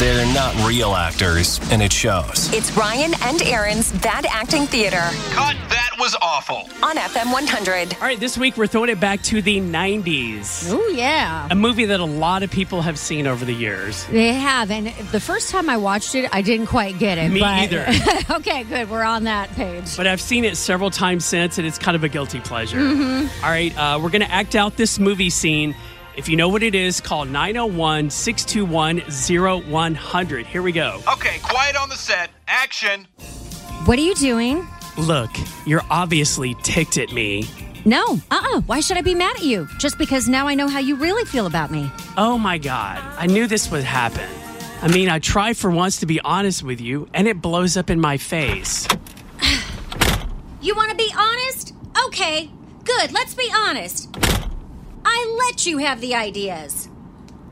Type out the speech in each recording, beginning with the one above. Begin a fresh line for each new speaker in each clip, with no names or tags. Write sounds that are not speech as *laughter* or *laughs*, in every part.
They're not real actors, and it shows.
It's Ryan and Aaron's Bad Acting Theater
Cut, that was awful.
on FM 100.
All right, this week we're throwing it back to the 90s.
Oh, yeah.
A movie that a lot of people have seen over the years.
They have. And the first time I watched it, I didn't quite get it.
Me
but-
either.
*laughs* okay, good. We're on that page.
But I've seen it several times since, and it's kind of a guilty pleasure. All right, uh, we're going to act out this movie scene. If you know what it is, call 901 621 0100. Here we go.
Okay, quiet on the set. Action.
What are you doing?
Look, you're obviously ticked at me.
No. Uh uh Why should I be mad at you? Just because now I know how you really feel about me.
Oh my God, I knew this would happen. I mean, I try for once to be honest with you, and it blows up in my face.
You want to be honest? Okay. Good. Let's be honest. I let you have the ideas.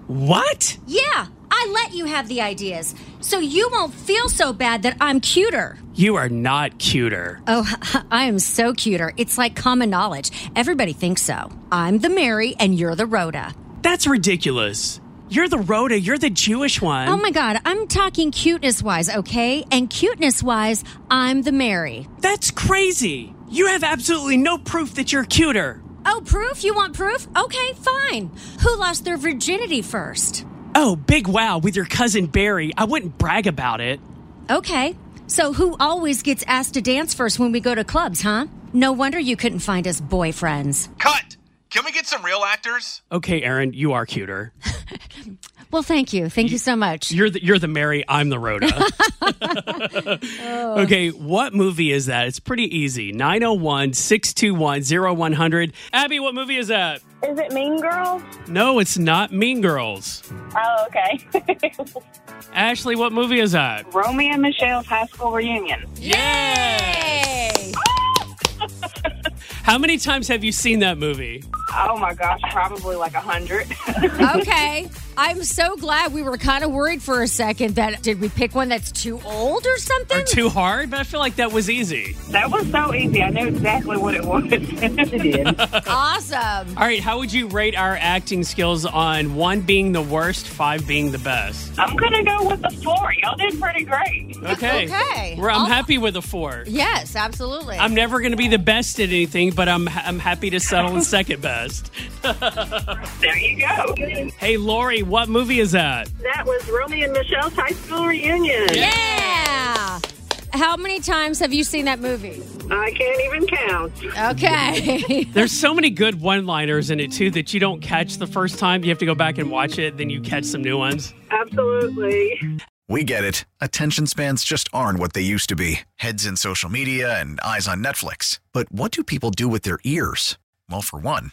What?
Yeah, I let you have the ideas. So you won't feel so bad that I'm cuter.
You are not cuter.
Oh, *laughs* I am so cuter. It's like common knowledge. Everybody thinks so. I'm the Mary and you're the Rhoda.
That's ridiculous. You're the Rhoda, you're the Jewish one.
Oh my God, I'm talking cuteness wise, okay? And cuteness wise, I'm the Mary.
That's crazy. You have absolutely no proof that you're cuter.
Oh, proof? You want proof? Okay, fine. Who lost their virginity first?
Oh, big wow with your cousin Barry. I wouldn't brag about it.
Okay, so who always gets asked to dance first when we go to clubs, huh? No wonder you couldn't find us boyfriends.
Cut. Can we get some real actors?
Okay, Aaron, you are cuter.
Well, thank you. Thank you so much.
You're the, you're the Mary, I'm the
*laughs*
Rhoda.
Oh.
Okay, what movie is that? It's pretty easy. 901 621 0100. Abby, what movie is that?
Is it Mean Girls?
No, it's not Mean Girls.
Oh, okay. *laughs*
Ashley, what movie is that?
Romeo and Michelle's high school reunion.
Yay!
How many times have you seen that movie?
Oh my gosh, probably like a hundred. *laughs*
okay. I'm so glad we were kind of worried for a second that did we pick one that's too old or something?
Or too hard? But I feel like that was easy.
that was so easy. I knew exactly what it was. it did.
awesome.
All right, how would you rate our acting skills on one being the worst, five being the best?
*laughs* I'm gonna go with the four. Y'all did pretty great.
Okay.
Okay.
Well, I'm
I'll-
happy with a four.
Yes, absolutely.
I'm never going to be the best at anything, but I'm I'm happy to settle in second best.
There you go.
Hey, Lori, what movie is that?
That was Romeo and Michelle's high school reunion.
yeah. How many times have you seen that movie?
I can't even count.
Okay. *laughs*
There's so many good one-liners in it too that you don't catch the first time. You have to go back and watch it, then you catch some new ones.
Absolutely.
We get it. Attention spans just aren't what they used to be heads in social media and eyes on Netflix. But what do people do with their ears? Well, for one,